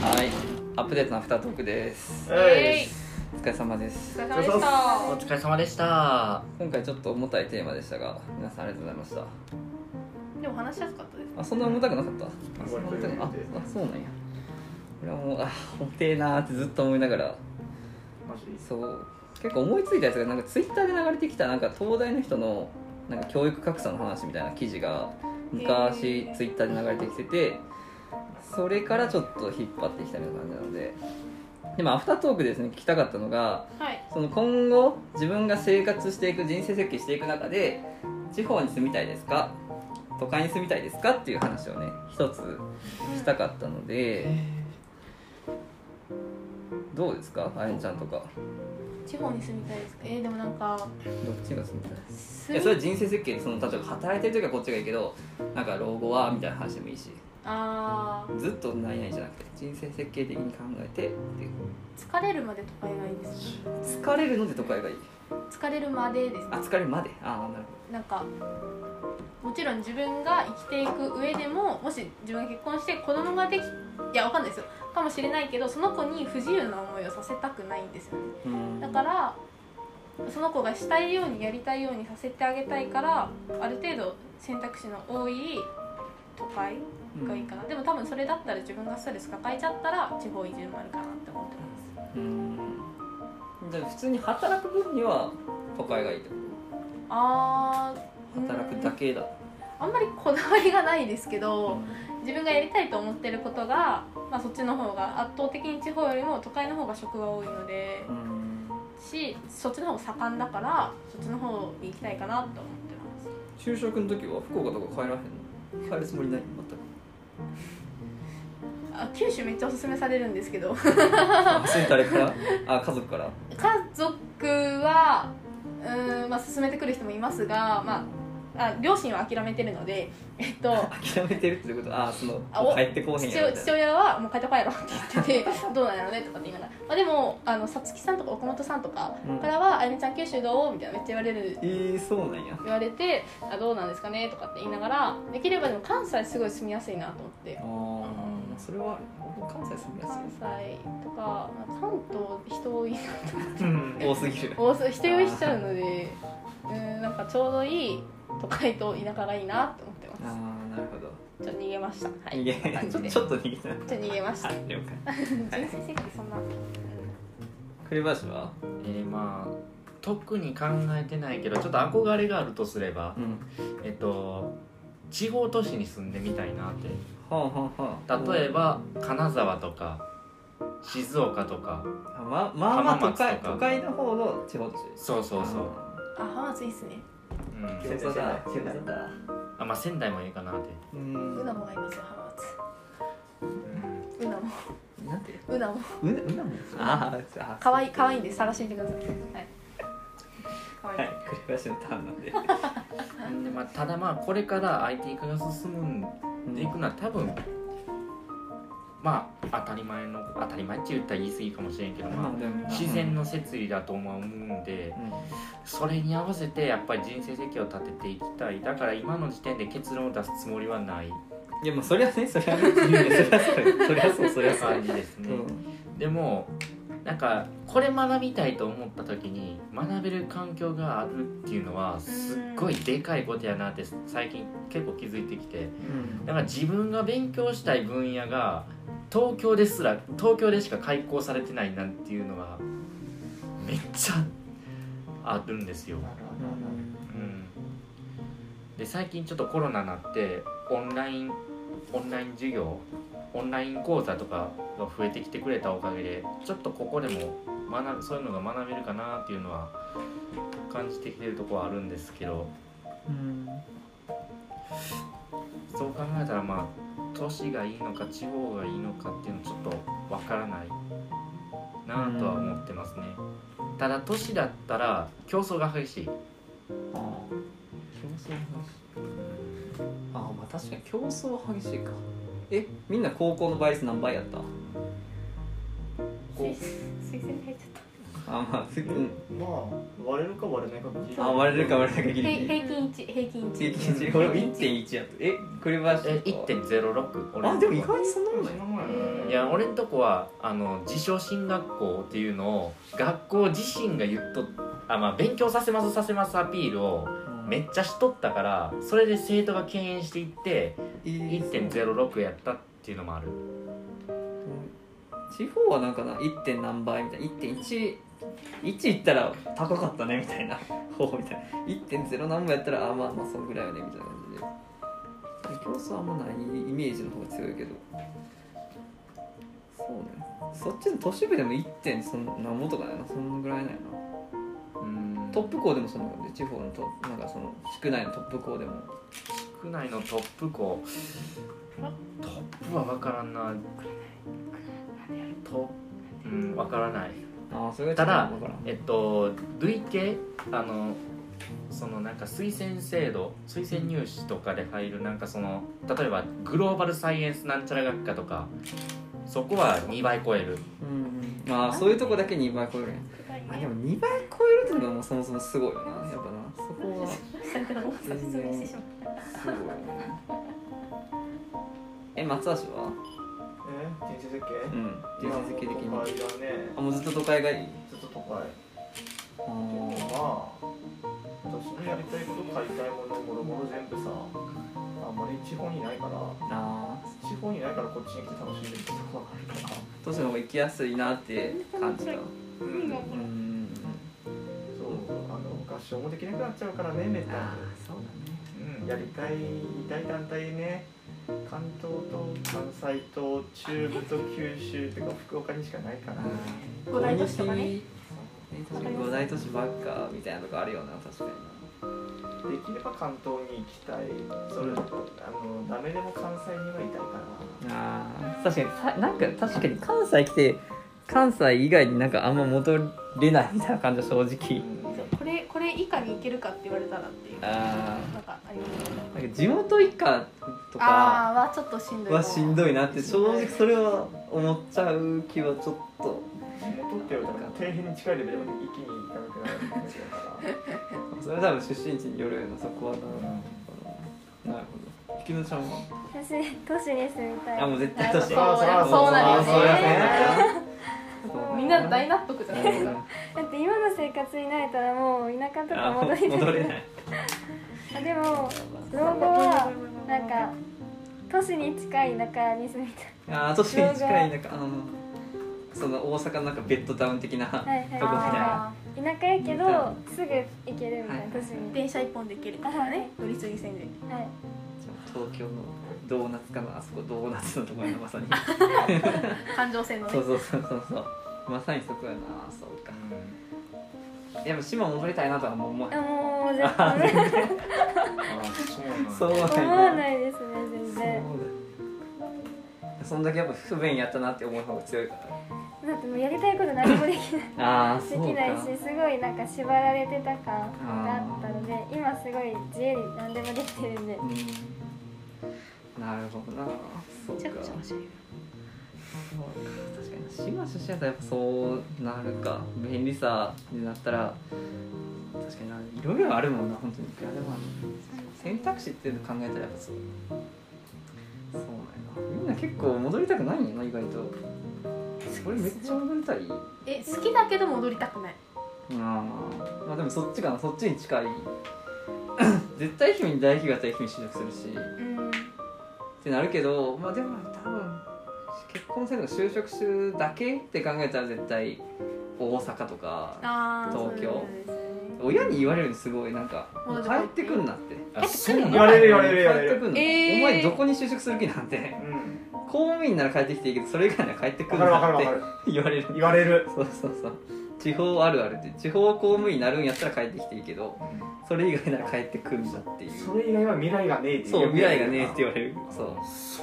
はい、アップデートのアフタートークです。えいお疲れ様ですお。疲れ様でしたお疲れ様でした。今回ちょっと重たいテーマでしたが、皆さんありがとうございました。でも話しやすかったですあ、そんな重たくなかった。あ、そんな重たくあ、あ割と重、そうなんや。俺はもう、あ、重てえなーってずっと思いながら、マジそう。結構思いついたやつが、なんかツイッターで流れてきた、なんか東大の人の。なんか教育格差の話みたいな記事が、昔へーツイッターで流れてきてて。それからちょっと引っ張ってきたみたいな感じなので。でもアフタートークでですね、聞きたかったのが。はいその今後自分が生活していく人生設計していく中で地方に住みたいですか都会に住みたいですかっていう話をね一つしたかったので、どうですかあやんちゃんとか地方に住みたいですかえー、でもなんかどっちが住みたいい住やそれはみ人生設計でその例えば働いてる時はこっちがいいけどなんか老後はみたいな話でもいいしあーずっと何々じゃなくて人生設計的に考えてっていう疲れるまで都会がいいですね疲れるので都会がいい疲れるまでですあね疲れるまでああなるなんかもちろん自分が生きていく上でももし自分が結婚して子供ができいやわかんないですよかもしれないけどその子に不自由な思いをさせたくないんですよねほどうんだからその子がしたいようにやりたいようにさせてあげたいからある程度選択肢の多い都会がいいかな、でも多分それだったら自分がストレス抱えちゃったら地方移住もあるかなって思ってまうんで普通に働く分には都会がいいとすあーうん働くだけだあんまりこだわりがないですけとど自分がやりたいと思ってることが、まあ、そっちの方が圧倒的に地方よりも都会の方が職が多いのでうんしそっちの方が盛んだからそっちの方に行きたいかなと思ってます就職の時は福岡とか帰らへんの帰るつもりない全くあ九州めっちゃおすすめされるんですけど あそれ誰からあ家族から家族はうーん、まあ、勧めてくる人もいますが、まあ、あ両親は諦めてるので、えっと、諦めてるってことあそのあお帰ってこうへん父やろみたい父親は「もう帰ってこいやろ」って言ってて「どうなんやろね」とかって言いながら、まあ、でもあのさつきさんとか岡本さんとかな、うんからは「あゆみちゃん九州どう?」みたいなめっちゃ言われるえー、そうなんや言われて「あどうなんですかね?」とかって言いながらできればでも関西すごい住みやすいなと思ってあーそれは俺関西住みやす関西とか、まあ関東人多いうんい多すぎる多す 人酔いしちゃうのでうんなんかちょうどいい都会と田舎がいいなって思ってあまーなるほどすちょっと逃げましたは逃いげこんな感ちじょでちょっと逃げたちょっと逃げましたは人い了解生設計そんな、うん栗林はえー、まあ特に考えてないけどちょっと憧れがあるとすればう、んえっと地方都市に住んでみたいなってはあはあはあ例えば金沢とか静岡とかあままあまあ都浜松と会か都会の方の地方都市そうそうそう、あ浜松いいっすねうん餃子だ餃子だあまあ仙台もいいかなって、ううんなもがいますよ浜うん松うなもなんてうなもうなうなもんあーあかわいいかわいいんで晒してみてくださいはいかわいいはい栗林のターンなんででまあ、ただまあこれから IT 化が進むんでいくなら多分まあ当たり前の当たり前って言ったら言い過ぎかもしれんけど、まあ、自然のの摂理だと思うんでそれに合わせてやっぱり人生設計を立てていきたいだから今の時点で結論を出すつもりはないいやまあそりゃねそりゃねそりゃそうそりゃそうそりゃそう感じですね、うんでもなんかこれ学びたいと思った時に学べる環境があるっていうのはすっごいでかいことやなって最近結構気づいてきてだから自分が勉強したい分野が東京ですら東京でしか開講されてないなんていうのがめっちゃあるんですよ、うん、で最近ちょっとコロナになってオンラインオンライン授業オンライン講座とかが増えてきてくれたおかげでちょっとここでも学ぶそういうのが学べるかなっていうのは感じてきてるところはあるんですけどうんそう考えたらまあ都市がいいのか地方がいいのかっていうのちょっとわからないなぁとは思ってますね、ただ都市だったら競争が激しい、ああ競争激しいああまあ確かに競争は激しいかえみんな高校の倍率何倍やった推薦入っちゃっあまあ次うんまあ割れるか割れないかもあ割れるか割れないかギ平リギリ平均1平均平1均値これ1.1やとえこれはえ1.06俺あのでとも意こ外にそんなもんないいや俺んとこはあの自称進学校っていうのを学校自身が言っとあ、まあ、勉強させますさせますアピールをめっちゃしとったからそれで生徒が敬遠していって1.06やったっていうのもある地方はなんかな 1. 点何倍みたいな1.11いったら高かったねみたいな 方みたいな1.0何倍やったらあまあまあそんぐらいよねみたいな感じで競争あんまないイメージの方が強いけどそうねそっちの都市部でも 1. 点そんなんぼとかだよなそんぐらいなんやなうんトップ校でもそんな感じ地方のとなんかその宿内のトップ校でも区内のトップ校トップは分からんなトップうん分からないああそれがただ分からんえっと累計あのそのなんか推薦制度推薦入試とかで入るなんかその例えばグローバルサイエンスなんちゃら学科とかそこは2倍超えるうんうん、まあそういうとこだけ2倍超えるんやあでも2倍超えるってのがもうそもそもすごいよなやっぱなそこは説明してしまったすごいよねえ松橋はえ人生設計うん人生設計的まあに都会だねあもうずっと都会がいいちょっと都会あでーもまあ私のやりたいこと買いたいものボロボロ全部さあんまり地方にないからあ地方にないからこっちに来て楽しんでるってとこがあるからー都市の方が行きやすいなって感じたうんがうんそうあの合唱もできなくなっちゃうからねめったにああそうだねうんやりたい大団体ね関東と関西と中部と九州とか福岡にしかないから五大都市とかねえ確かに五大都市ばっかみたいなとこあるよな確かにできれば関東に行きたいそれあのダメでも関西にはいたいかあー確かにさなんか確かに関西来て関西以外になんかあんま戻れないみたいな感じは正ら、直うんこれこれ以下に行けるかって言われたらっていうあなんかありますねーなんか地元以下とかあーはちょっとしんどいはしんどいいなって正直それは思っちゃう気はちょっと地元って言われたら底辺に近いレベルまで一気に行かなくなるんですよだからそれは多分出身地によるよなそこはななるほどひきのちゃんは私都市に住みたいあもう絶対都市そうやっぱそうなるあーそりゃそうよねそうだよみんな大納得じゃない ですかだって今の生活に慣れたらもう田舎とかあもう戻りた戻れいないあでも老後はなんか都市に近い田舎に住みたいあー都市に近いなんかあのその大阪のなんかベッドタウン的なとこみはいたいなあ田舎やけどすぐ行けるみたいはいな都市ーに電車一本で行けるみたいなね乗り継ぎ線ではい東京のドーナツかなあそこドーナツのところやなまさに環状線のそねうそうそうそうそうまさにそこやなそうかやっぱ島戻りたいなとは思う思わへあんもう絶対あーそうそうなんだなん思わやないですね全そう然だそんだけやっぱ不便やったなって思う方が強いかだってもうやりたいこと何もできないらああできないしすごいなんか縛られてた感があったので今すごい自由に何でもできてるんでうんなるほどなそうかちゃくちゃ面白いそうか確かに島出身やったらやっぱそうなるか便利さになったら確かにないろいろあるもんな本当にいくらでもある選択肢っていうの考えたらやっぱそうそうなんやなみんな結構戻りたくないんやな意外と俺めっちゃ戻りたいなえ好きだけど戻りたくないあまあでもそっちかなそっちに近い 絶対愛媛に大企業やったら愛媛就職するしうんってなるけどまあでも多分結婚するの就職するだけって考えたら絶対大阪とかあー東京そうですね親に言われるのすごいなんか戻って帰こいってくんなってあそうなん言われる言わ帰れる言われってるくんな、えーお前どこに就職する気なんてうん公務員なら帰ってきていいけどそれ以外なら帰ってくわんかるわかなるっわてかる言われる言われるそうそうそう地方あるあるって地方公務員になるんやったら帰ってきていいけどそれ以外なら帰ってくんなっていうそれ以外は未来がねえって言そう未来がねえって言わわれるそう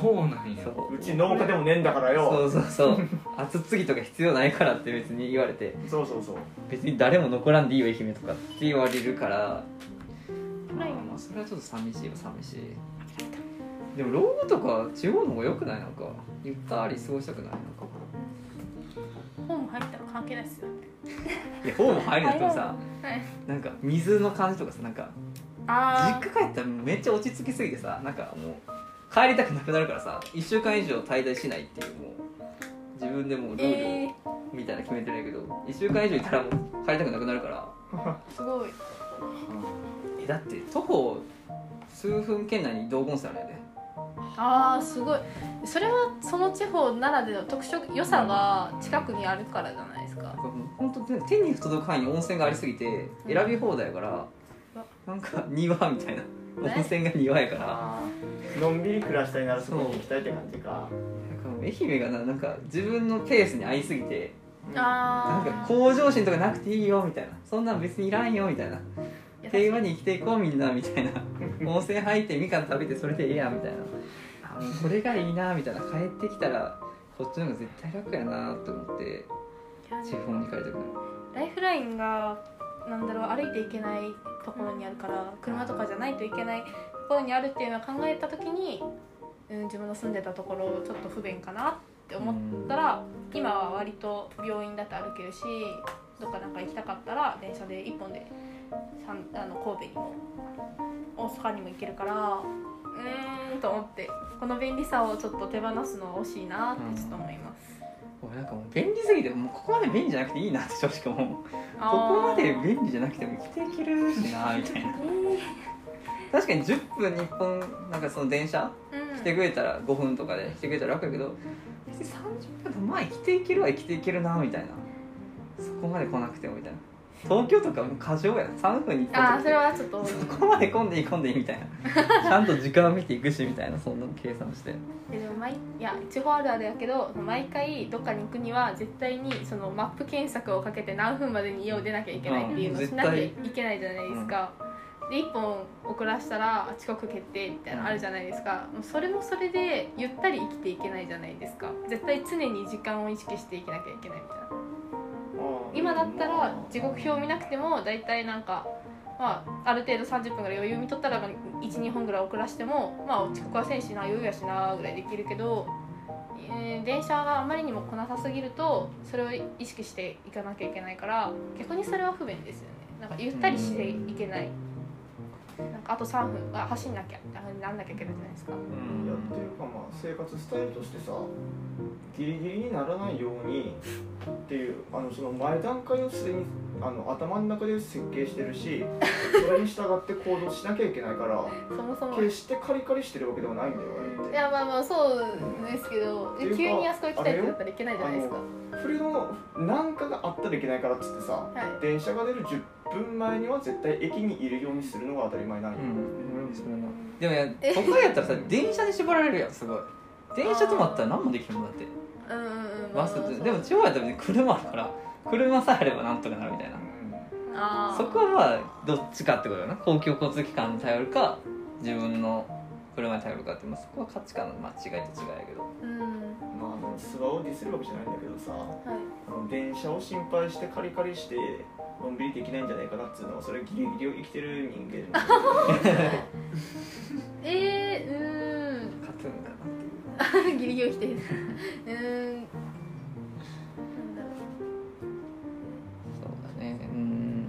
そうなんやそううち農家でもねえんだからよそうそうそう後継ぎとか必要ないからって別に言われてそうそうそう別に誰も残らんでいいよ愛媛とかって言われるからまあまあそれはちょっと寂しいは寂しいでも老後とか地方の方が良くないなんかゆったり過ごしたくないなんか本入ったら関係ないっすよいや方も入るんだけどさはいなんか水の感じとかさなんか実あ家帰ったらめっちゃ落ち着きすぎてさなんかもう帰りたくなくなるからさ1週間以上滞在しないっていうもう自分でもうールーえルみたいな決めてるんやけど、1週間以上いたらもう帰りたくなくなるからー、すごいえだって徒歩数分圏内に道後温泉あるよねあーすごいそれはその地方ならでの特色良さが近くにあるからじゃないですかなんかもう本当手に届く範囲に温泉がありすぎて選び放題やから、なんか庭みたいなね温泉が庭やから、あーのんびり暮らしたいならそこに行きたいって感じかなんか愛媛がななんか自分のペースに合いすぎてなんあかー向上心とかなくていいよみたいなそんなん別にいらんよみたいな平和に生きていこうみんなみたいな温泉入ってみかん食べてそれでええやみたいなあもうこれがいいなみたいな帰ってきたらこっちの方が絶対楽やなと思って地方に帰りたくなるライフラインがなんだろう歩いていけないところにあるから車とかじゃないといけないところにあるっていうのを考えた時に、うん、自分の住んでたところちょっと不便かなって思ったら今は割と病院だって歩けるしどっかなんか行きたかったら電車で1本でさんあの神戸にも大阪にも行けるからうーんと思ってこの便利さをちょっと手放すのは惜しいなってちょっと思います。俺なんかもう便利すぎてもうここまで便利じゃなくていいなって正直思うここまで便利じゃなくても生きていけるしなみたいな確かに10分に1本なんかその電車来てくれたら5分とかで来てくれたら楽やけど別に30分でまあ生きていけるは生きていけるなみたいなそこまで来なくてもみたいな東京とかもう過剰やな3分に1本ああとそれかはちょっとそこまで混んでいい混んでいいみたい なちゃんと時間を見ていくしみたいなそんなの計算してででも毎いや地方あるあるやけど毎回どっかに行くには絶対にそのマップ検索をかけて何分までに家を出なきゃいけないっていうのをうんしなきゃいけないじゃないですか、で1本遅らしたらあ遅刻決定みたいなのあるじゃないですかもうそれもそれでゆったり生きていけないじゃないですか絶対常に時間を意識していけなきゃいけないみたいな今だったら時刻表を見なくても大体なんか、まあ、ある程度30分ぐらい余裕見とったら12本ぐらい遅らしても、まあ、遅刻はせんしな余裕やしなぐらいできるけど、えー電車があまりにも来なさすぎるとそれを意識していかなきゃいけないから逆にそれは不便ですよねなんかゆったりしていけない。なんかあと3分は走んなきゃあなんなきゃいけないじゃないですかうんやっていうかまあ生活スタイルとしてさギリギリにならないようにっていうあのその前段階をすでにあの頭の中で設計してるしそれに従って行動しなきゃいけないからそもそも決してカリカリしてるわけではないんだよあれっいてやまあまあそうですけどていうか急にあそこ行きたいってなったらいけないじゃないですかそれの何かがあったらいけないからっつってさはい電車が出る10分前には絶対駅にいるようにするのが当たり前なんよ、うん俺もそれなでもね都会やったらさ電車に縛られるやんすごい電車止まったら何もできるもんだってうんうんうんバスってでも地方やったら別に車あるから車さえあればなんとかなるみたいなあーそこはまあどっちかってことだな公共交通機関に頼るか自分の車に頼るかって、まあ、そこは価値観の間違いと違いやけどうんうんまああの諏訪をディスるわけじゃないんだけどさはいあの電車を心配してカリカリしてのんびりできないんじゃないかなっつうのはそれギリギリを生きてる人間のえー、う勝つんかなっていうーん ギリギリを否定うーんなんだろそうだねうーん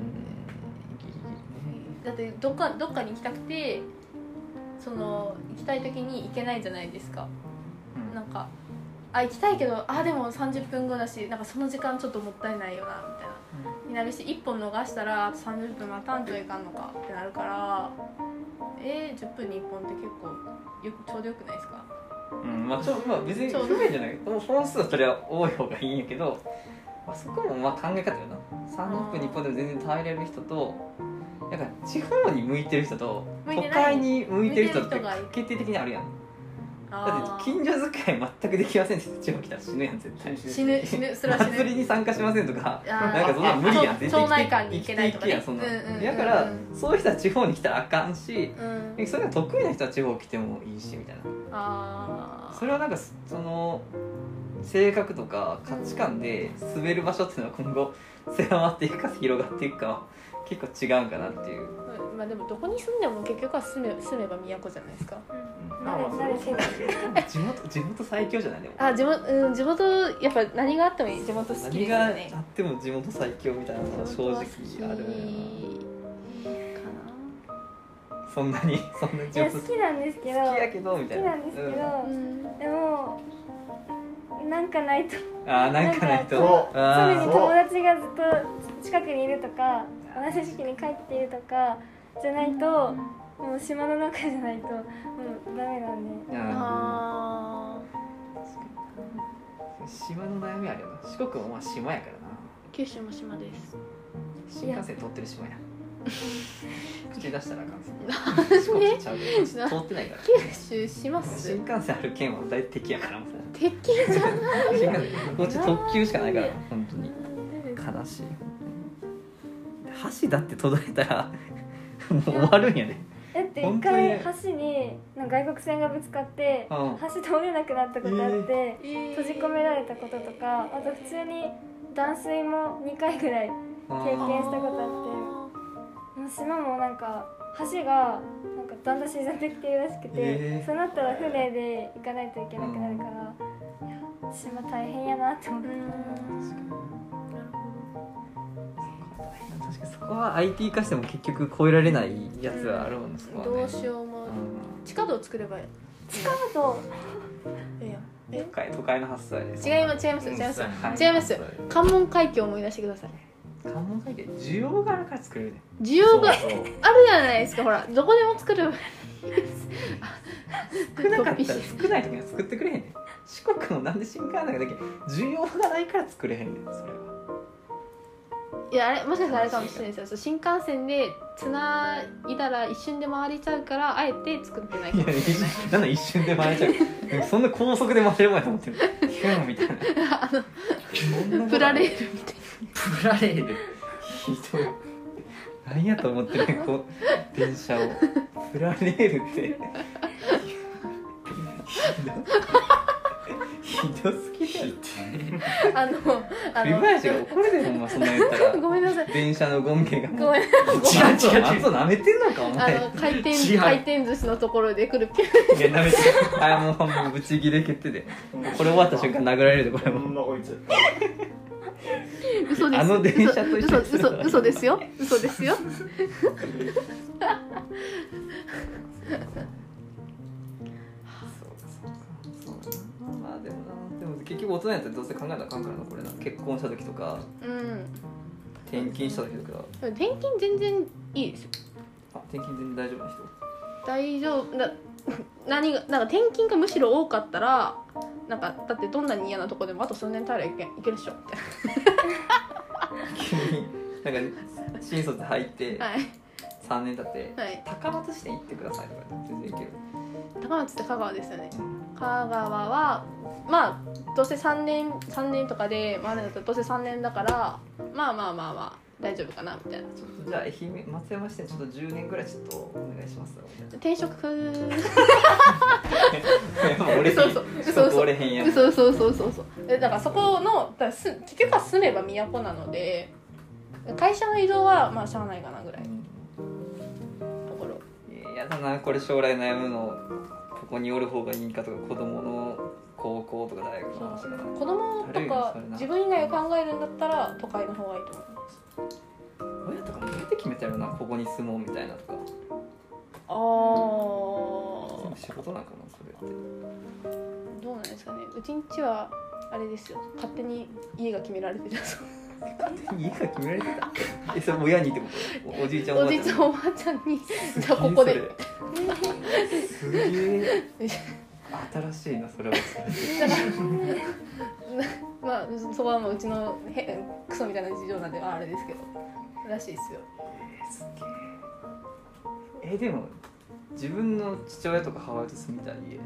ギリギリねうだってどっかどっかに行きたくてその行きたい時に行けないじゃないですかうんなんかあ行きたいけどあでも30分後だしなんかその時間ちょっともったいないよなみたいなになるし1本逃したらあと30分待たんといかんのかってなるからえー、10分に1本って結構よくちょうどよくないですかうんまあちょ、まあ、別にちょうど不便じゃないもう本数はそれは多い方がいいんやけど、まあ、そこもまあ考え方よな30分に1本でも全然耐えれる人となんか地方に向いてる人と向い都てない会に向いてる人って向いてる人がいる決定的にあるやんだあってー近所付き合い全くできませんって地方来たら死ぬやん絶対死ぬ死ぬそれは死ぬ祭りに参加しませんとかあーなんかそんなん無理やんあ町内会に生行きてけないとか生きていけねやんそんなんうんうんうんうんだからそういう人は地方に来たらあかんしうんそれが得意な人は地方来てもいいしみたいなああそれはなんかそその性格とか価値観で滑る場所っていうのは今後狭まっていくか広がっていくかは結構違うんかなっていうまあでもどこに住んでも結局は住め住めば都じゃないですかまあまあそれはそうだけど地元地元最強じゃないでもあ地元、うん、地元やっぱ何があってもいい地元好き何ですがあよっねても地元最強みたいなのは正直あるよなそんなにそんなにい地や元好好ききなんですけどやけどみ好たいきななんですけど、うんでもなんかないとうんあーなんかないなんとか常にあ友達がずっと近くにいるとか同じ時期に帰っているとかじゃないともう島の中じゃないともうダメなんでーああー島の悩みあるよな四国もまあ島やからなー九州も島です新幹線通ってる島や 口出したらあかんす 四国ちゃうけど通ってないから九州島っ新す幹線ある県は大敵やからもうさ鉄筋じゃない新幹線こっち特急しかないから本当に悲しい箸だって途絶えたらもう終わるんやで、だって一本当に回橋になんか外国船がぶつかってうん橋通れなくなったことあって閉じ込められたこととかあと普通に断水も2回ぐらいも経験したことあう島もなんか橋がなんかだんだん沈んできてるらしくて、えーそうなったら船で行かないといけなくなるから、いや島大変やなって思って。確かにそこは IT 化しても結局超えられないやつはあるもんねそこはねどうしようもうん地下道作ればいいあとええやん都会都会の発想やで違います違います違いますはい違います関門海峡を思い出してください関門海峡需要があるから作れるね需要があるそうそうじゃないですかほらどこでも作ればい少なかっ いたら少ない時には作ってくれへんね四国もなんで新幹線だけ需要がないから作れへんねんそれはいやあれもしかしたらあれかもしれないですよそう新幹線でつないだら一瞬で回れちゃうからあえて作ってないかいもや一瞬なんだ一瞬で回れちゃうでもそんな高速で回れる前と思 ってるヒューンみたいなあのプ ラレールみたいプラレールひどい何やと思ってるねこう電車をプラレールってひどひどすぎだよなあのあ栗の林が怒るでほんまそんなん言ったらごめんなさい電車のゴンゲがごめん松を違う違う違う松を舐めてんのかおあ前の回転違う回転寿司のところで来るピュいや舐めてあもうもうブチギレ決定で これ終わった瞬間殴られるでこれほもんまこいつン嘘ですあの電車と一緒にす嘘るの嘘は嘘嘘で すよ嘘ですよそうかそうかまあでもなでも結局大人やったらどうせ考えなあかんからなこれな結婚した時とかうん転勤した時とかでも転勤全然いいですよあ転勤全然大丈夫な人大丈夫だ 何がなんか転勤がむしろ多かったらなんかだってどんなに嫌なとこでもあと数年耐えればいけいけるっしょみたい 急になんか新卒入ってなはい3年経ってはい高松市に行ってくださいとか全然いける高松って香川ですよね香川はまあどうせ3年三年とかで回るんだったらどうせ3年だからまあまあまあまあ大丈夫かなみたいなちょっとじゃあ愛媛松山市でちょっと10年ぐらいちょっとお願いします みたいな転職風俺 そう そうそうそう俺へんやんそうそうそうそうそうえだからそこのだからす結局は住めば都なので会社の移動はまあしゃあないかなぐらいのところいやだなこれ将来悩むのここにおる方がいいんかとか子供の高校とか大学の話とかな子供とか自分以外を考えるんだったら都会の方がいいと思う親とかもどうやって決めたよなここに住もうみたいなとか全部あ仕事なんかなそれってあどうなんですかねうちんちはあれですよ勝手に家が決められてる勝手に家が決められてたえそれ親にってことおおじいちゃんおばおあじちゃんいちゃんおばあちゃんに「じゃあここですげえよいし新しいなそれは」だ からまあそこはもううちのへクソみたいな事情なんでああれですけどらしいですよすげええでも自分の父親とか母親と住みたい家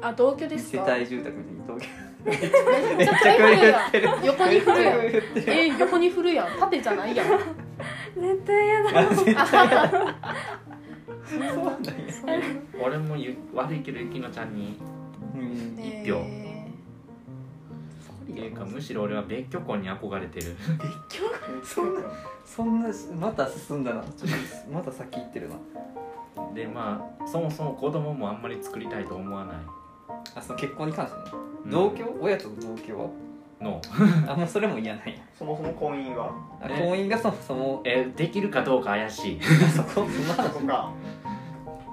あ同居で一す世か帯住宅みたいな東京めめっっちちゃゃこれ狂古いい振るやん横に振るやん狂い振ってるえ横に振るやん縦じゃないやん絶対嫌だあ絶対やだそうなんや俺もゆ悪いけどゆきのちゃんにうん一票えそこにっていうかむしろ俺は別居婚に憧れてる別居そんなそんなまた進んだなちょっとまた先行ってるなでまあそもそも子供もあんまり作りたいと思わない、あその結婚に関してねうん同居、親との同居はのあもうそれも嫌ないそもそも婚姻はあね婚姻がそもそもえできるかどうか怪しいあそこそのそ話こか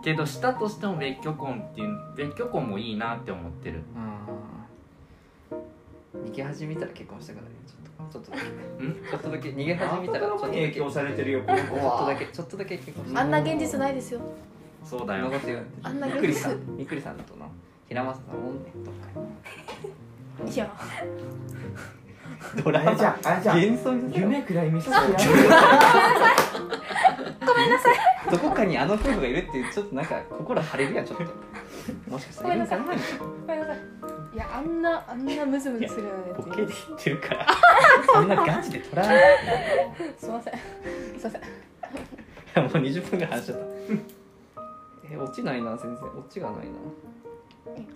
けどしたとしても別居婚っていう別居婚もいいなって思ってるうん逃げ始めたら結婚したくなるよちょっとちょっとだけんちょっとだけ逃げ始めたらちょっとだにけ影ちょ響っされてるよこの子とだはけちょっとだけ結婚したあんな現実ないですよそうだなよこと言うあんなみ現っくりさ実んみっくりさんとな平正さんおんねんとかいやドあラれじゃマんあれじゃん幻想に夢くらい見せてやるどこかにあの夫婦がいるっていうちょっとなんか心晴れるやんちょっともしかしたらいるんかなごめんなさいいやあんなあんなムズムズするようなやボつケで言ってる からそんなガチで捉えすいませんすいませんないもう20分ぐらい話しちゃったえ落ちないな先生落ちがないな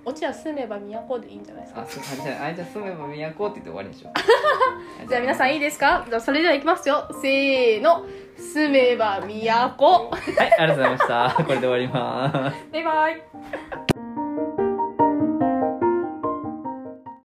落ちは住めば都でいいんじゃないですかあそうあじゃああじゃあ住めば都って言って終わり にしようじゃあ皆さんいいですかじゃあそれではいきますよせーの住めば都はいありがとうございましたこれで終わりますバイバイ